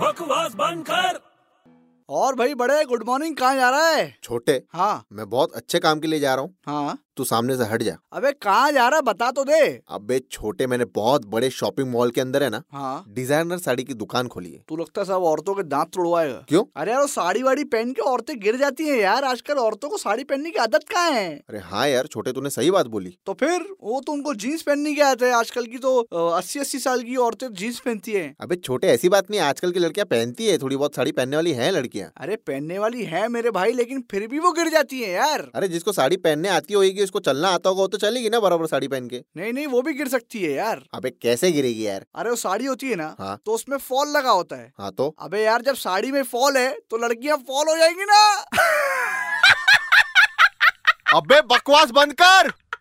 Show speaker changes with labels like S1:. S1: बकवास बंद कर
S2: और भाई बड़े गुड मॉर्निंग कहाँ जा रहा है
S3: छोटे
S2: हाँ
S3: मैं बहुत अच्छे काम के लिए जा रहा हूँ
S2: हाँ
S3: तू सामने से हट जा
S2: अबे कहाँ जा रहा है? बता तो दे
S3: अबे छोटे मैंने बहुत बड़े शॉपिंग मॉल के अंदर है ना
S2: हाँ
S3: डिजाइनर साड़ी की दुकान खोली है
S2: तू लगता है सब औरतों के दांत तोड़वाएगा
S3: क्यों?
S2: अरे यार वो साड़ी वाड़ी पहन के औरतें गिर जाती हैं यार आजकल औरतों को साड़ी पहनने की आदत कहाँ है
S3: अरे हाँ यार छोटे तूने सही बात बोली
S2: तो फिर वो तो उनको जीन्स पहनने की आदत है आजकल की तो अस्सी अस्सी साल की औरतें जीन्स पहनती हैं
S3: अबे छोटे ऐसी बात नहीं आजकल की लड़कियां पहनती है थोड़ी बहुत साड़ी पहनने वाली हैं लड़कियां
S2: अरे पहनने वाली है मेरे भाई लेकिन फिर भी वो गिर जाती है यार
S3: अरे जिसको साड़ी पहनने आती होगी उसको चलना आता होगा वो तो चलेगी ना बराबर साड़ी पहन के
S2: नहीं नहीं वो भी गिर सकती है यार
S3: अबे कैसे गिरेगी यार
S2: अरे वो साड़ी होती है ना
S3: हाँ।
S2: तो उसमें फॉल लगा होता है
S3: हाँ तो
S2: अबे यार जब साड़ी में फॉल है तो लड़कियां फॉल हो जाएंगी ना
S3: अबे बकवास बंद कर